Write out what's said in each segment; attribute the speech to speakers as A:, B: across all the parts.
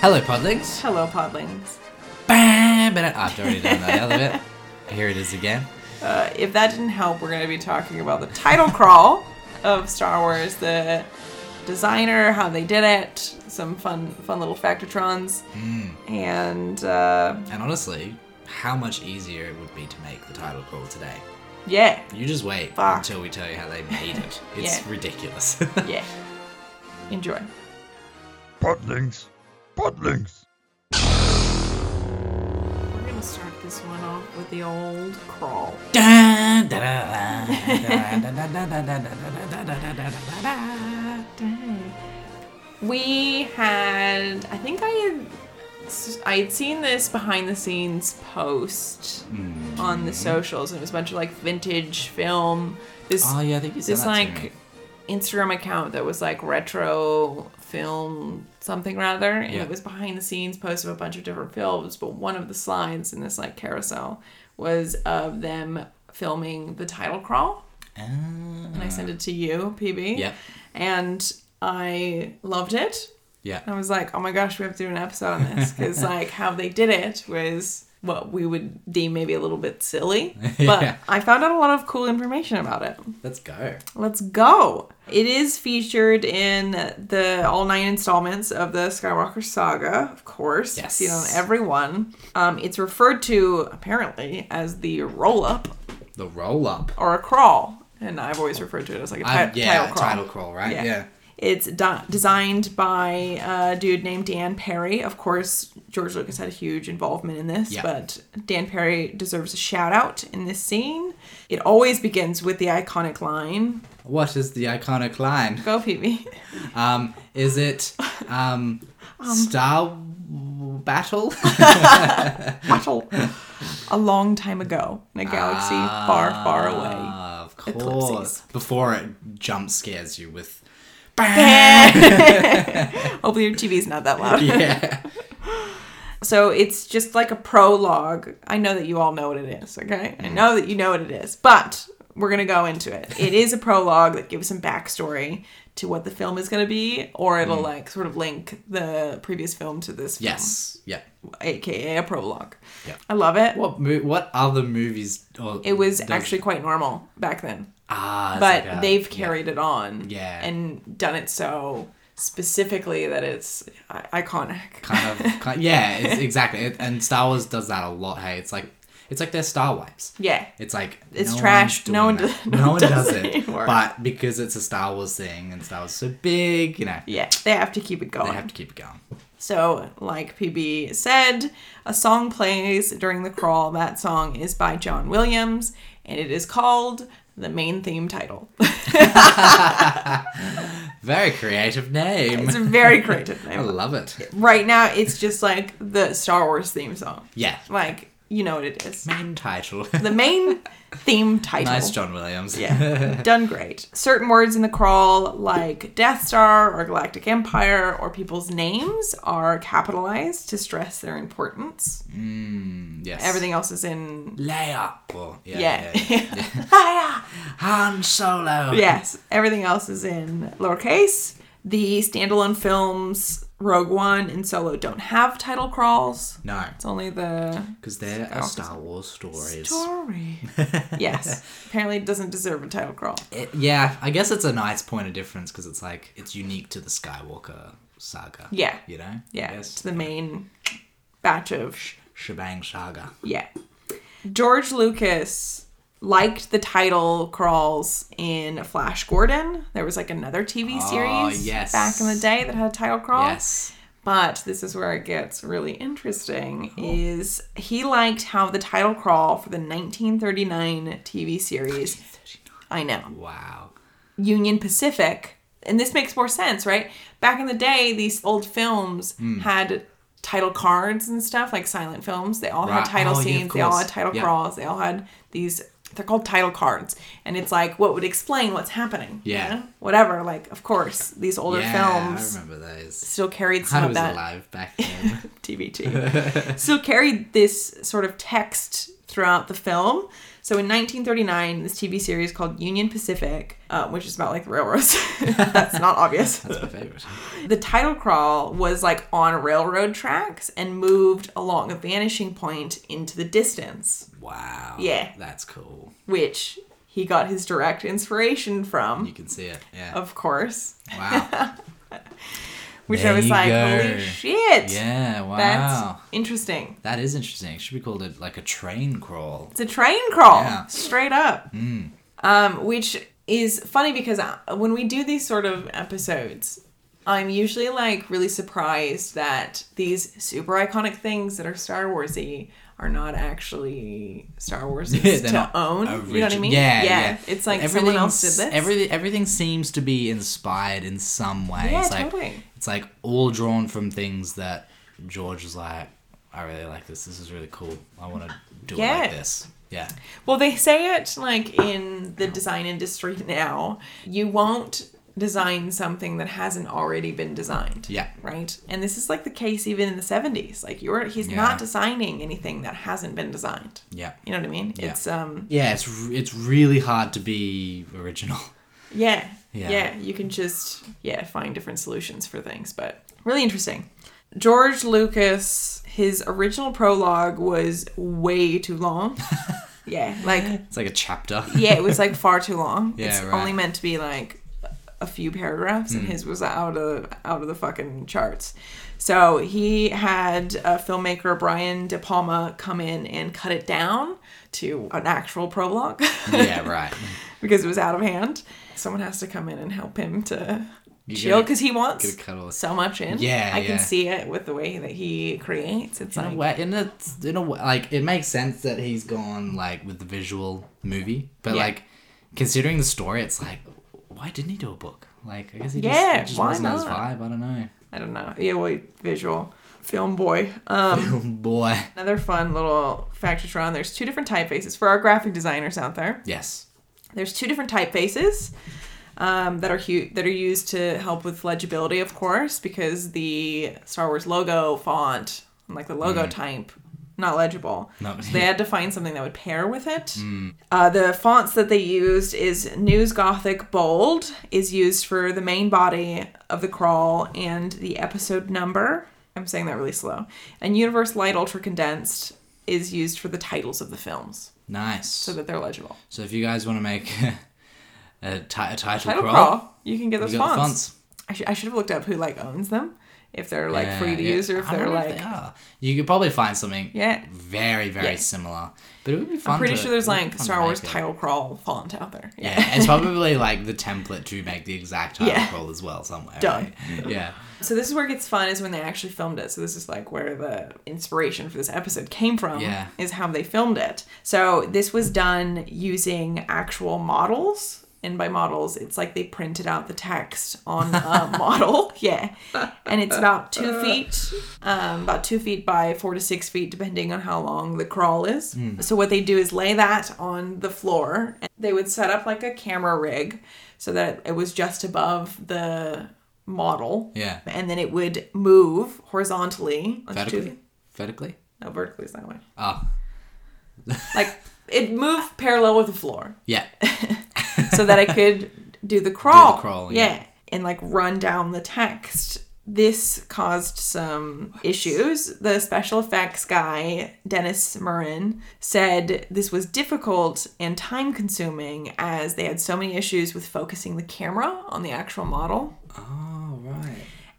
A: Hello, Podlings.
B: Hello, Podlings.
A: Bam! but I- I've already done that other bit. Here it is again.
B: Uh, if that didn't help, we're going to be talking about the title crawl of Star Wars, the designer, how they did it, some fun, fun little factotrons, and uh,
A: And honestly, how much easier it would be to make the title call today.
B: yeah,
A: You just wait
B: Fuck.
A: until we tell you how they made it. It's
B: Yeah.
A: ridiculous.
B: yeah. Enjoy.
C: Podlings! Podlings!
B: We're going to start this one off with the old crawl.
A: Dun, da, da, da, da, da, da, da, da, da, da, da, da, da, da, da.
B: We had, I think I had, s- I had seen this behind the scenes post on the socials, and it was a bunch of like vintage film. This,
A: Oh yeah, I think you said
B: this
A: that to me.
B: like Instagram account that was like retro film something rather, and
A: Yeah.
B: it was behind the scenes post of a bunch of different films. But one of the slides in this like carousel was of them filming the title crawl
A: Ah,
B: and I sent it to you, PB.
A: Yeah.
B: And I loved it. I
A: yeah.
B: was like, oh my gosh, we have to do an episode on this because like how they did it was what we would deem maybe a little bit silly, but
A: Yeah.
B: I found out a lot of cool information about it.
A: Let's go.
B: Let's go. It is featured in the all nine installments of the Skywalker saga, of course.
A: Yes.
B: Seen on every one. Um, it's referred to apparently as the roll up
A: The roll up.
B: or a crawl, and I've always referred to it as like a ti-
A: I- Uh, Um, yeah,
B: title crawl.
A: title crawl, right?
B: Yeah.
A: Yeah.
B: It's di- designed by a dude named Dan Perry. Of course, George Lucas had a huge involvement in this,
A: Yeah.
B: but Dan Perry deserves a shout out in this scene. It always begins with the iconic line
A: What is the iconic line?
B: Go, PB.
A: Um, is it um, Star W- Battle?
B: Battle. a long time ago in a galaxy far, far away.
A: Ah, Of course.
B: Ellipses.
A: Before it jump scares you with.
B: Hopefully, your TV's not that loud.
A: Yeah.
B: So it's just like a prologue. I know that you all know what it is, okay?
A: Mm.
B: I know that you know what it is, but we're going to go into it. It is a prologue that gives some backstory to what the film is going to be, or it'll like sort of link the previous film to this
A: Mm.
B: film,
A: yes. Yeah.
B: aka a prologue.
A: Yeah.
B: I love it.
A: What mo- what other movies? Or
B: it was
A: does-
B: actually quite normal back then,
A: ah, it's
B: but
A: like a-
B: they've
A: yeah.
B: carried it on
A: Yeah.
B: and done it so specifically that it's i- iconic.
A: kind of, kind yeah, it's, exactly. It, and Star Wars does that a lot. Hey, it's like it's like their Star Wipes.
B: yeah.
A: It's like
B: It's
A: one's
B: trash. No
A: doing
B: one
A: that.
B: does- no one does it anymore.
A: But because it's a Star Wars thing and Star Wars is so big, you know,
B: Yeah, they have to keep it going.
A: they have to keep it going.
B: So, like PB said, a song plays during the crawl. That song is by John Williams, and it is called the main theme title.
A: Very creative name.
B: it's a very creative
A: I
B: name.
A: love it.
B: Right now, it's just like the Star Wars theme song.
A: Yeah.
B: Like, you know what it is.
A: Main title.
B: The main theme title.
A: nice, John Williams.
B: Yeah, done great. Certain words in the crawl, like Death Star or Galactic Empire or people's names, are capitalized to stress their importance.
A: yes.
B: Everything else is in
A: Leia. Or, yeah.
B: Yeah.
A: yeah, yeah. Han Solo.
B: yes. Everything else is in lowercase. The standalone films Rogue One and Solo don't have title crawls.
A: No,
B: It's only the
A: because they're are Star Wars stories.
B: story. yes. Apparently, it doesn't deserve a title crawl.
A: It- yeah, I guess it's a nice point of difference because it's like it's unique to the Skywalker saga.
B: Yeah.
A: You know.
B: Yeah. It's
A: Yes.
B: the main batch of
A: Shebang saga.
B: Yeah. George Lucas liked the title crawls in Flash Gordon. There was like another TV
A: Oh,
B: series
A: yes.
B: back in the day that had a title crawl.
A: Yes.
B: But this is where it gets really interesting is he liked how the title crawl for the 1939 TV series I know.
A: Wow.
B: Union Pacific and this makes more sense, right? Back in the day these old films
A: Hmm.
B: had title cards and stuff like silent films. They all had
A: Right.
B: title
A: Oh, yeah, of
B: scenes, they all
A: course.
B: had title
A: Yeah.
B: crawls, they all had these they're called title cards and it's like what would explain what's happening. you
A: Yeah.
B: know? Whatever, like of course these older
A: yeah,
B: films
A: I remember those.
B: still carried some
A: I
B: of
A: was
B: that
A: alive back then.
B: TBT. Still carried this sort of text throughout the film. So in 1939, this TV series called Union Pacific, uh, which is about like the railroads. That's not obvious.
A: That's my favorite.
B: The title crawl was like on railroad tracks and moved along a vanishing point into the distance,
A: Wow.
B: Yeah.
A: That's cool.
B: which he got his direct inspiration
A: You
B: from,
A: can see it. Yeah.
B: of course.
A: Wow.
B: Which
A: There
B: I was
A: you
B: like,
A: go.
B: holy shit.
A: Yeah. Wow.
B: That's interesting.
A: That is interesting. It should be called a, like a train crawl.
B: It's a train crawl,
A: Yeah. Mm.
B: straight up. Um, which is funny because I- when we do these sort of episodes, I'm usually like really surprised that these super iconic things that are Star Warsy are not actually Star Warsy
A: Yeah, they're
B: to
A: not
B: own. You know what I
A: origi-
B: mean?
A: Yeah, yeah.
B: It's like someone else did
A: Everything's-
B: this.
A: Everything, everything seems to be inspired in some way.
B: Yeah,
A: it's like,
B: totally.
A: It's like all drawn from things that George was like, I really like this. This is really cool. I want to do it
B: Yeah.
A: like this. Yeah.
B: Well, they say it like in the design industry now. You won't design something that hasn't already been designed.
A: Yeah.
B: Right? And this is like the case even in the 70s. Like you're he's
A: Yeah.
B: not designing anything that hasn't been designed.
A: Yeah.
B: You know what I mean?
A: Yeah.
B: It's um
A: Yeah, it's r- it's really hard to be original.
B: yeah,
A: Yeah.
B: yeah. you can just yeah, find different solutions for things, but really interesting. George Lucas, his original prologue was way too long. yeah, like
A: It's like a chapter.
B: yeah, it was like far too long.
A: Yeah,
B: it's
A: right. Hmm.
B: only meant to be like a few paragraphs, and his was out of out of the fucking charts. So he had a filmmaker Brian De Palma come in and cut it down to an actual prologue
A: yeah, right.
B: because it was out of hand. Someone has to come in and help him to
A: You
B: chill
A: gotta-
B: because he wants
A: gotta cut all this-
B: so much in.
A: Yeah,
B: I
A: yeah.
B: can see it with the way that he creates. It's
A: In a
B: like
A: way, in a, in a way, like it makes sense that he's gone like with the visual movie, but
B: Yeah.
A: like considering the story, it's like why didn't he do a book? Like I guess he just,
B: Yeah,
A: it just
B: why
A: wasn't his
B: not?
A: vibe. I don't know.
B: I don't know. Yeah, well, visual film boy. Um,
A: Oh boy,
B: Another fun little fact to throw on. There's two different typefaces for our graphic designers out there.
A: yes,
B: There's two different typefaces um, that are hu- that are used to help with legibility, of course, because the Star Wars logo font, and, like the logo type, not legible.
A: No.
B: So they had to find something that would pair with it. Uh, the fonts that they used is News Gothic Bold is used for the main body of the crawl and the episode number. I'm saying that really slow. And Universe Light Ultra Condensed is used for the titles of the films
A: nice.
B: so
A: So,
B: that they're legible.
A: if you guys want to make a, ti- a title,
B: Title
A: crawl,
B: crawl, you can get
A: you
B: those
A: got the
B: fonts.
A: fonts.
B: I, sh- I should have looked up who like owns them, if they're like
A: Yeah,
B: free to
A: yeah.
B: use or if
A: I
B: they're
A: wonder
B: like.
A: they are. you could probably find something
B: Yeah.
A: very very
B: Yeah.
A: similar, but it would be fun.
B: I'm pretty
A: to-
B: sure there's
A: it would be
B: like
A: fun to
B: Star Wars
A: make it.
B: title crawl font out there.
A: Yeah, it's probably like the template to make the exact title
B: Yeah.
A: crawl as well somewhere.
B: Done.
A: right? Yeah.
B: So this is where it gets fun is when they actually filmed it. So this is like where the inspiration for this episode came from.
A: Yeah.
B: Is how they filmed it. So this was done using actual models. And by models, it's like they printed out the text on a model. Yeah. And it's about
A: Uh.
B: two feet, um, about two feet by four to six feet, depending on how long the crawl is.
A: Hmm.
B: So what they do is lay that on the floor. And they would set up like a camera rig so that it was just above the model
A: Yeah.
B: and then it would move horizontally.
A: Vertically?
B: longitudinally-
A: Vertically?
B: No, vertically is that way.
A: Oh,
B: Like it moved parallel with the floor
A: yeah.
B: so that I could do the crawl.
A: crawl,
B: yeah.
A: yeah.
B: And like run down the text. This caused some issues. The special effects guy, Dennis Murrin, said this was difficult and time consuming as they had so many issues with focusing the camera on the actual model.
A: Oh, right.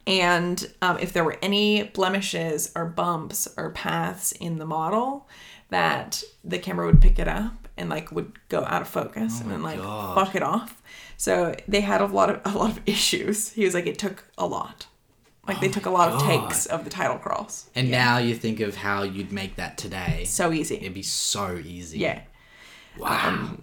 B: and um, if there were any blemishes or bumps or paths in the model that the camera would pick it up and like would go out of focus and then like
A: Oh God.
B: fuck it off so they had a lot of a lot of issues he was like it took a lot like they took a lot of
A: Oh God.
B: takes of the title crawls
A: And now you think of how you'd make that today.
B: so easy
A: It'd be so easy.
B: yeah
A: Wow.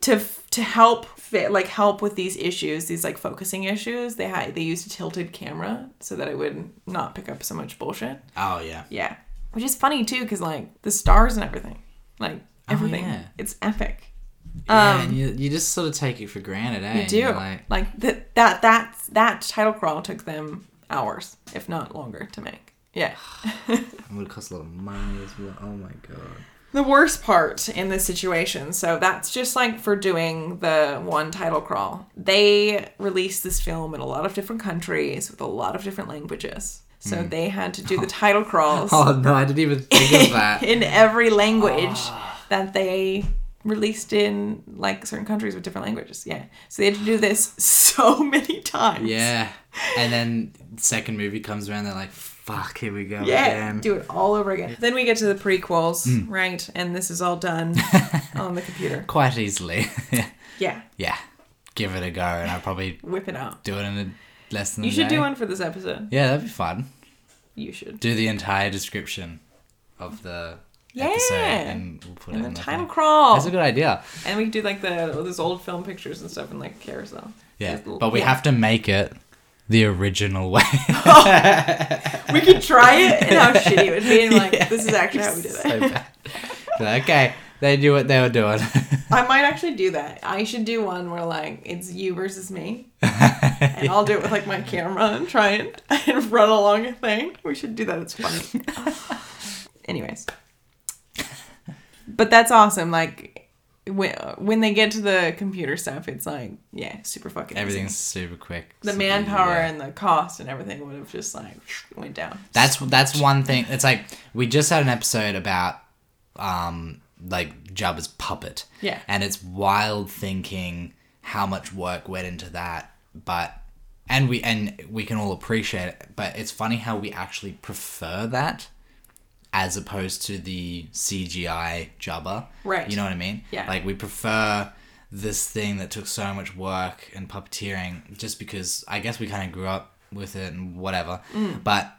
B: to f- to help fit like help with these issues, these like focusing issues, they had they used a tilted camera so that it would not pick up so much bullshit.
A: oh, yeah.
B: Yeah. Which is funny too, because like the stars and everything, like everything,
A: Oh, yeah.
B: it's epic.
A: yeah and you, you just sort of take it for granted, eh?
B: I Um, do
A: Like,
B: like, that that that that title crawl took them hours, if not longer, to make. Yeah.
A: it would cost a lot of money as well. Oh, my God.
B: the worst part in this situation. So that's just like for doing the one title crawl. They released this film in a lot of different countries with a lot of different languages. So they had to do the title crawls
A: Hmm. Oh no, I didn't even think of that. Ah.
B: in every language that they released in like certain countries with different languages. Yeah. So they had to do this so many times.
A: Yeah. And then second movie comes around, they're like, fuck, here we go
B: Yeah,
A: again.
B: do it all over again. Then we get to the prequels,
A: Hmm.
B: right? And this is all done on the computer.
A: Quite easily.
B: Yeah,
A: yeah. Give it a go and I'll probably
B: whip it out.
A: do it in a less than
B: You
A: a
B: should
A: day.
B: do one for this episode.
A: Yeah, that'd be fun.
B: You should.
A: Do the entire description of the
B: Yeah.
A: episode and we'll put
B: And
A: it in
B: then
A: the
B: title
A: thing.
B: crawl.
A: That's a good idea.
B: and we could do like the all those old film pictures and stuff in like carousel.
A: Yeah.
B: Just l-
A: But we
B: yeah.
A: have to make it the original way.
B: We could try it and how shitty it would be and like this is actually how we did it.
A: so bad. Like, okay, they knew what they were doing.
B: I might actually do that. I should do one where like it's you versus me, and I'll do it with like my camera and try and, and run along a thing. We should do that. It's funny. Anyways, but that's awesome. Like when when they get to the computer stuff, it's like yeah, super fucking. easy.
A: Everything's super quick.
B: the
A: super
B: manpower
A: easy, yeah.
B: and the cost and everything would have just like went down.
A: That's that's one thing. It's like we just had an episode about um like Jabba's puppet.
B: Yeah.
A: And it's wild thinking how much work went into that, but and we and we can all appreciate it, but it's funny how we actually prefer that as opposed to the CGI Jabba.
B: Right.
A: You know what I mean?
B: Yeah.
A: Like we prefer this thing that took so much work and puppeteering just because I guess we kind of grew up with it and whatever.
B: Mm.
A: But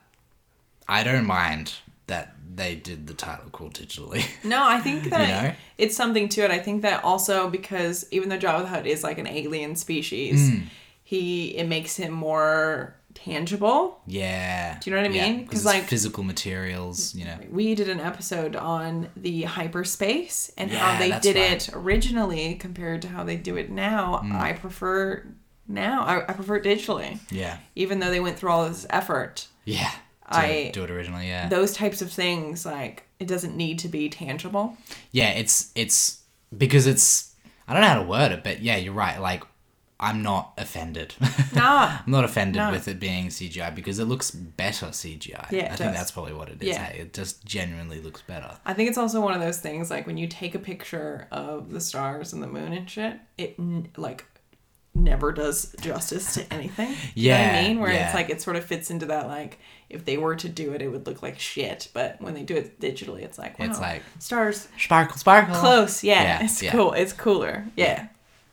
A: I don't mind that they did the title crawl digitally.
B: No, I think that
A: You know?
B: it's something to it. I think that also because even though Jabba the Hutt is like an alien species,
A: Hmm.
B: he it makes him more tangible.
A: yeah.
B: Do you know what I
A: Yeah,
B: mean?
A: 'cause
B: 'Cause,
A: it's
B: like- Mm.
A: physical materials, you know.
B: We did an episode on the hyperspace and how
A: Yeah,
B: they
A: that's
B: did
A: right. Hmm.
B: it originally compared to how they do it now. I prefer now. I, I prefer it digitally,
A: Yeah.
B: even though they went through all this effort.
A: Yeah. To
B: I-
A: do it originally, yeah.
B: Those types of things, like it doesn't need to be tangible.
A: yeah, it's it's because it's I don't know how to word it, but yeah, you're right. Like I'm not offended.
B: Nah,
A: I'm not offended
B: No.
A: with it being CGI because it looks better CGI.
B: Yeah, it
A: I think
B: does.
A: that's probably what it is.
B: Yeah.
A: Hey? It just genuinely looks better.
B: I think it's also one of those things like when you take a picture of the stars and the moon and shit, it n- like never does justice to anything. You know what I
A: Yeah,
B: mean? Where it's
A: yeah.
B: like it sort of fits into that like if they were to do it, it would look like shit. But when they do it digitally, it's like wow,
A: It's like-
B: stars
A: Sparkle, sparkle.
B: close. Yeah,
A: Yeah,
B: it's
A: yeah.
B: cool. It's cooler. Yeah.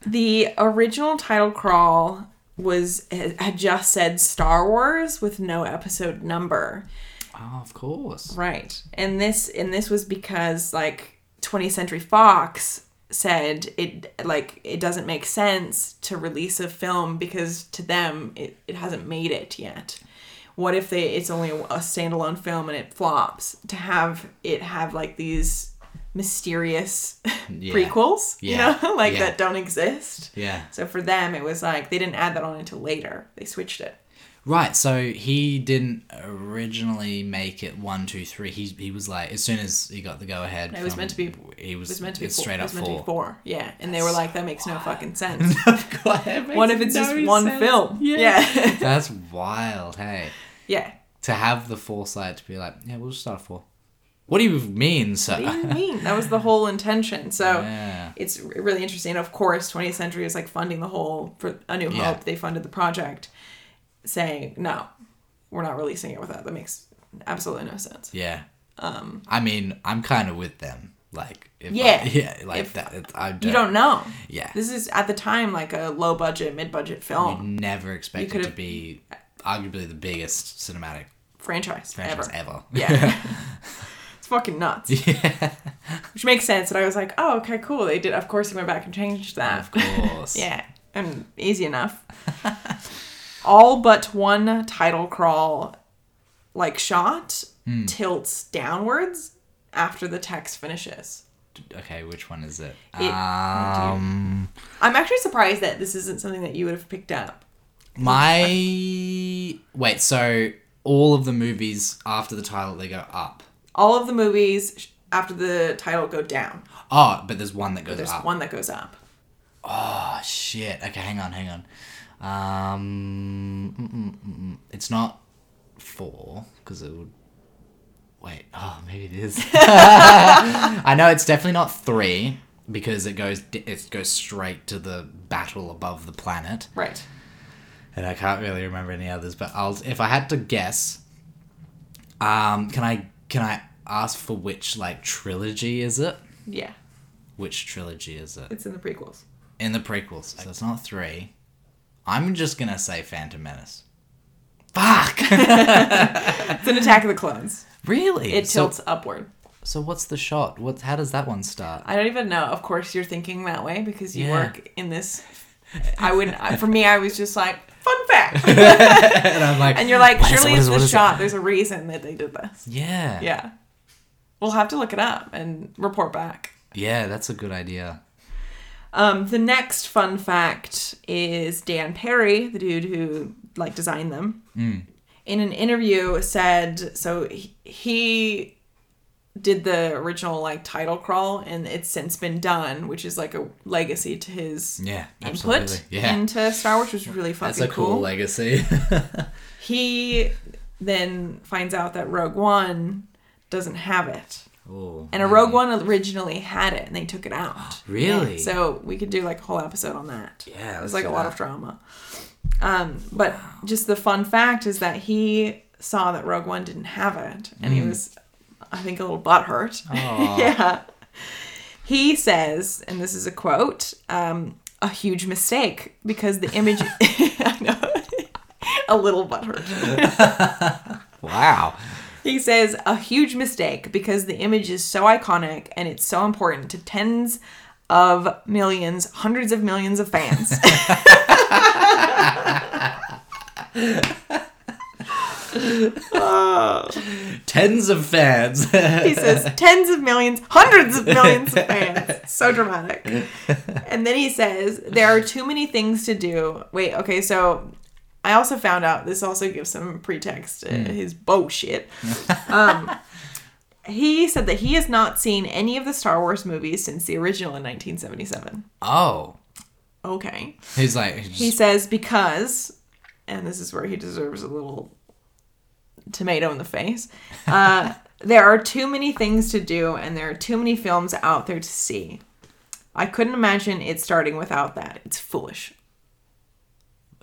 B: The original title crawl was had just said Star Wars with no episode number.
A: Oh, of course.
B: Right. And this and this was because like 20th Century Fox said it like it doesn't make sense to release a film because to them it, it hasn't made it yet. What if they it's only a standalone film and it flops to have it have like these mysterious
A: Yeah.
B: prequels,
A: Yeah.
B: you know, like
A: Yeah.
B: that don't exist.
A: Yeah.
B: So for them it was like they didn't add that on until later. They switched it.
A: Right, so he didn't originally make it one, two, three. He he was like as soon as he got the go ahead.
B: No, it was
A: from-
B: meant to be-
A: He was,
B: It was meant to be
A: it's
B: four.
A: straight
B: it
A: up
B: was meant to
A: four.
B: be four. Yeah. And they were like that makes no fucking sense.
A: God, that makes
B: What if it's just
A: no
B: one
A: sense.
B: film?
A: Yeah.
B: Yeah.
A: That's wild, hey.
B: Yeah.
A: To have the foresight to be like, yeah, we'll just start at four. What do you mean,
B: What do
A: sir?
B: you mean? That was the whole intention. So
A: Yeah.
B: it's really interesting. Of course, 20th Century is like funding the whole for A New Hope.
A: Yeah.
B: They funded the project, saying no, we're not releasing it without. That makes absolutely no sense.
A: Yeah. Um. I mean, I'm kind of with them. Like, if I-
B: Yeah.
A: yeah. Like
B: If-
A: that. It, I don't,
B: You don't know.
A: Yeah.
B: This is at the time like a low budget, mid budget film
A: Never expect it to
B: could've-
A: be arguably the biggest cinematic
B: franchise,
A: franchise
B: ever.
A: ever.
B: Yeah. it's fucking nuts.
A: yeah.
B: Which makes sense. And I was like, oh, okay, cool. They did. Of course, he went back and changed that.
A: Of course.
B: Yeah, and easy enough. All but one title crawl, like shot,
A: Hmm.
B: tilts downwards after the text finishes.
A: Okay. Which one is it?
B: It-
A: um.
B: I'm actually surprised that this isn't something that you would have picked up.
A: My wait. So all of the movies after the title, they go up.
B: All of the movies sh- after the title go down.
A: Oh, but there's one that goes
B: There's
A: up.
B: one that goes up.
A: Oh shit. Okay, hang on, hang on. Um, mm, mm, mm, mm. it's not four because it would. Wait. Oh, maybe it is. I know it's definitely not three because it goes it goes straight to the battle above the planet,
B: Right.
A: and I can't really remember any others. But I'll if I had to guess. Um, can I can I ask for which like trilogy is it?
B: Yeah.
A: Which trilogy is it?
B: It's in the prequels.
A: in the prequels, so it's not three. I'm just gonna say Phantom Menace. Fuck!
B: It's an Attack of the Clones.
A: really?
B: It
A: so,
B: tilts upward.
A: so what's the shot? What? How does that one start?
B: I don't even know. Of course, you're thinking that way because you
A: Yeah.
B: work in this. I wouldn't. I- For me, I was just like, fun fact.
A: And I'm like,
B: And you're like,
A: what is it,
B: surely
A: what
B: it's
A: is it, what
B: the
A: is it?
B: shot. There's a reason that they did this.
A: Yeah. yeah.
B: Yeah. We'll have to look it up and report back.
A: Yeah, that's a good idea.
B: Um, the next fun fact is Dan Perry, the dude who like designed them,
A: Mm.
B: in an interview said so he, he did the original like title crawl and it's since been done, which is like a legacy to his
A: Yeah, absolutely.
B: input
A: Yeah.
B: into Star Wars, which is really fucking
A: That's a cool,
B: cool
A: legacy.
B: he then finds out that Rogue One doesn't have it.
A: Ooh.
B: And a Rogue One originally had it and they took it out.
A: Really?
B: So we could do like a whole episode on that.
A: Yeah,
B: It
A: let's
B: was like
A: do
B: a lot
A: that.
B: of drama. Um, but just the fun fact is that he saw that Rogue One didn't have it and
A: Mm.
B: he was, I think, a little butthurt. yeah. He says, and this is a quote, um, a huge mistake because the image. I know. a little butthurt.
A: Wow.
B: He says, a huge mistake because the image is so iconic and it's so important to tens of millions, hundreds of millions of fans.
A: Tens of fans.
B: he says, tens of millions, hundreds of millions of fans. So dramatic. And then he says, there are too many things to do. Wait, okay, so I also found out this also gives some pretext to his bullshit. um, he said that he has not seen any of the Star Wars movies since the original in 1977.
A: oh.
B: Okay.
A: He's like, he's
B: He says because, and this is where he deserves a little tomato in the face. Uh, there are too many things to do, and there are too many films out there to see. I couldn't imagine it starting without that. It's foolish.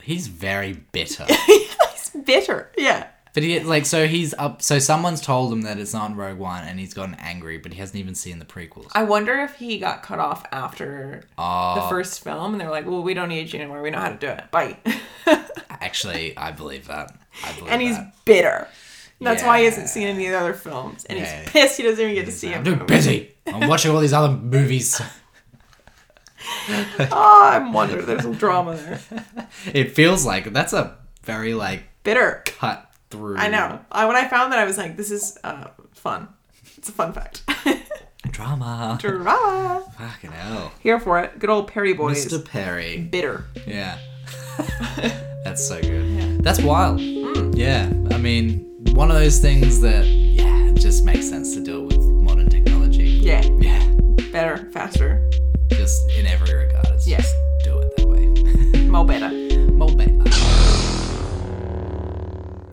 A: he's very bitter.
B: He's bitter. Yeah.
A: but he like so he's up so someone's told him that it's not in Rogue One and he's gotten angry, but he hasn't even seen the prequels.
B: I wonder if he got cut off after
A: Oh.
B: the first film, and they're like, "Well, we don't need you anymore. We know how to do it. Bye."
A: Actually, I believe that. I believe
B: and he's
A: that.
B: bitter. That's why he hasn't
A: Yeah.
B: seen any of the other films, and
A: Yeah.
B: he's pissed he doesn't even get to see
A: I'm
B: him.
A: too busy. I'm watching all these other movies.
B: Oh, I wonder. There's some drama there.
A: It feels like that's a very like
B: bitter.
A: cut through.
B: I know. I, when I found that, I was like, this is uh, fun. It's a fun fact.
A: drama.
B: Drama.
A: Fucking hell,
B: Here for it. Good old Perry boys.
A: Mr. Perry.
B: Bitter.
A: Yeah, that's so good. That's wild.
B: Hmm.
A: Yeah, I mean, one of those things that yeah, it just makes sense to do with modern technology.
B: Yeah.
A: Yeah,
B: Better. Faster.
A: just in every regard. It's
B: Yeah.
A: just do it that way.
B: Mo better.
A: Mo better.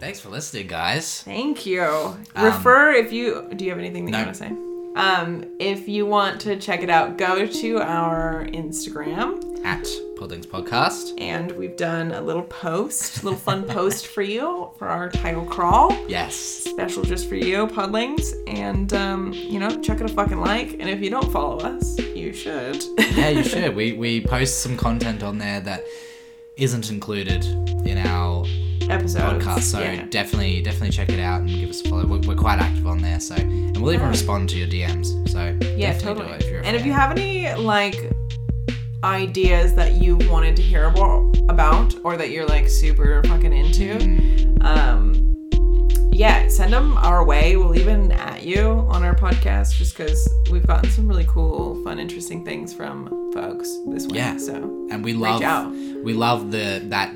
A: Thanks for listening, guys.
B: Thank you. Refer if you. Do you have anything that
A: no.
B: you want to say? Um, if you want to check it out, go to our Instagram,
A: at Puddings Podcast.
B: and we've done a little post, little fun post for you for our title crawl.
A: Yes.
B: special just for you, Podlings. And, um, you know, chuck it a fucking like. And if you don't follow us, you should.
A: Yeah, you should. we we post some content on there that isn't included in our
B: Episodes.
A: podcast, so
B: Yeah.
A: definitely definitely check it out and give us a follow. We're, we're quite active on there, so and we'll even respond to your DMs. So
B: Yeah,
A: definitely do
B: totally.
A: it if you're a
B: and if
A: fan.
B: you have any, like, ideas that you wanted to hear about, about or that you're, like, super fucking into,
A: Mm-hmm.
B: um, yeah, send them our way. We'll even at you on our podcast just because we've gotten some really cool, fun, interesting things from folks this week.
A: Yeah.
B: So,
A: and we love
B: out.
A: we love the that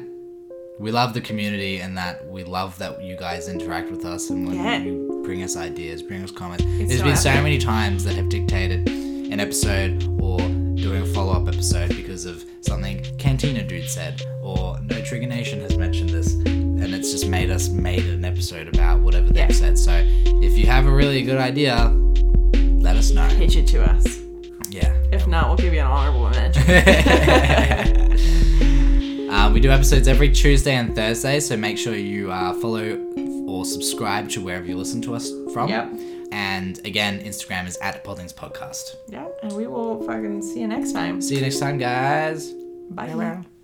A: we love the community and that we love that you guys interact with us and when
B: Yeah.
A: you bring us ideas, bring us comments. There's
B: so
A: been so
B: epic.
A: many times that have dictated an episode or doing a follow up episode because of something Cantina Dude said or No Trigger Nation has mentioned this. And it's just made us made an episode about whatever they've
B: Yeah.
A: said. So if you have a really good idea, let us know.
B: Pitch it to us.
A: Yeah.
B: If not, we'll give you an honorable mention.
A: Uh, we do episodes every Tuesday and Thursday, so make sure you uh, follow or subscribe to wherever you listen to us from.
B: Yep.
A: And again, Instagram is at Podlings Podcast.
B: yeah, and we will fucking see you next time.
A: See you next time, guys.
B: Bye.
A: around.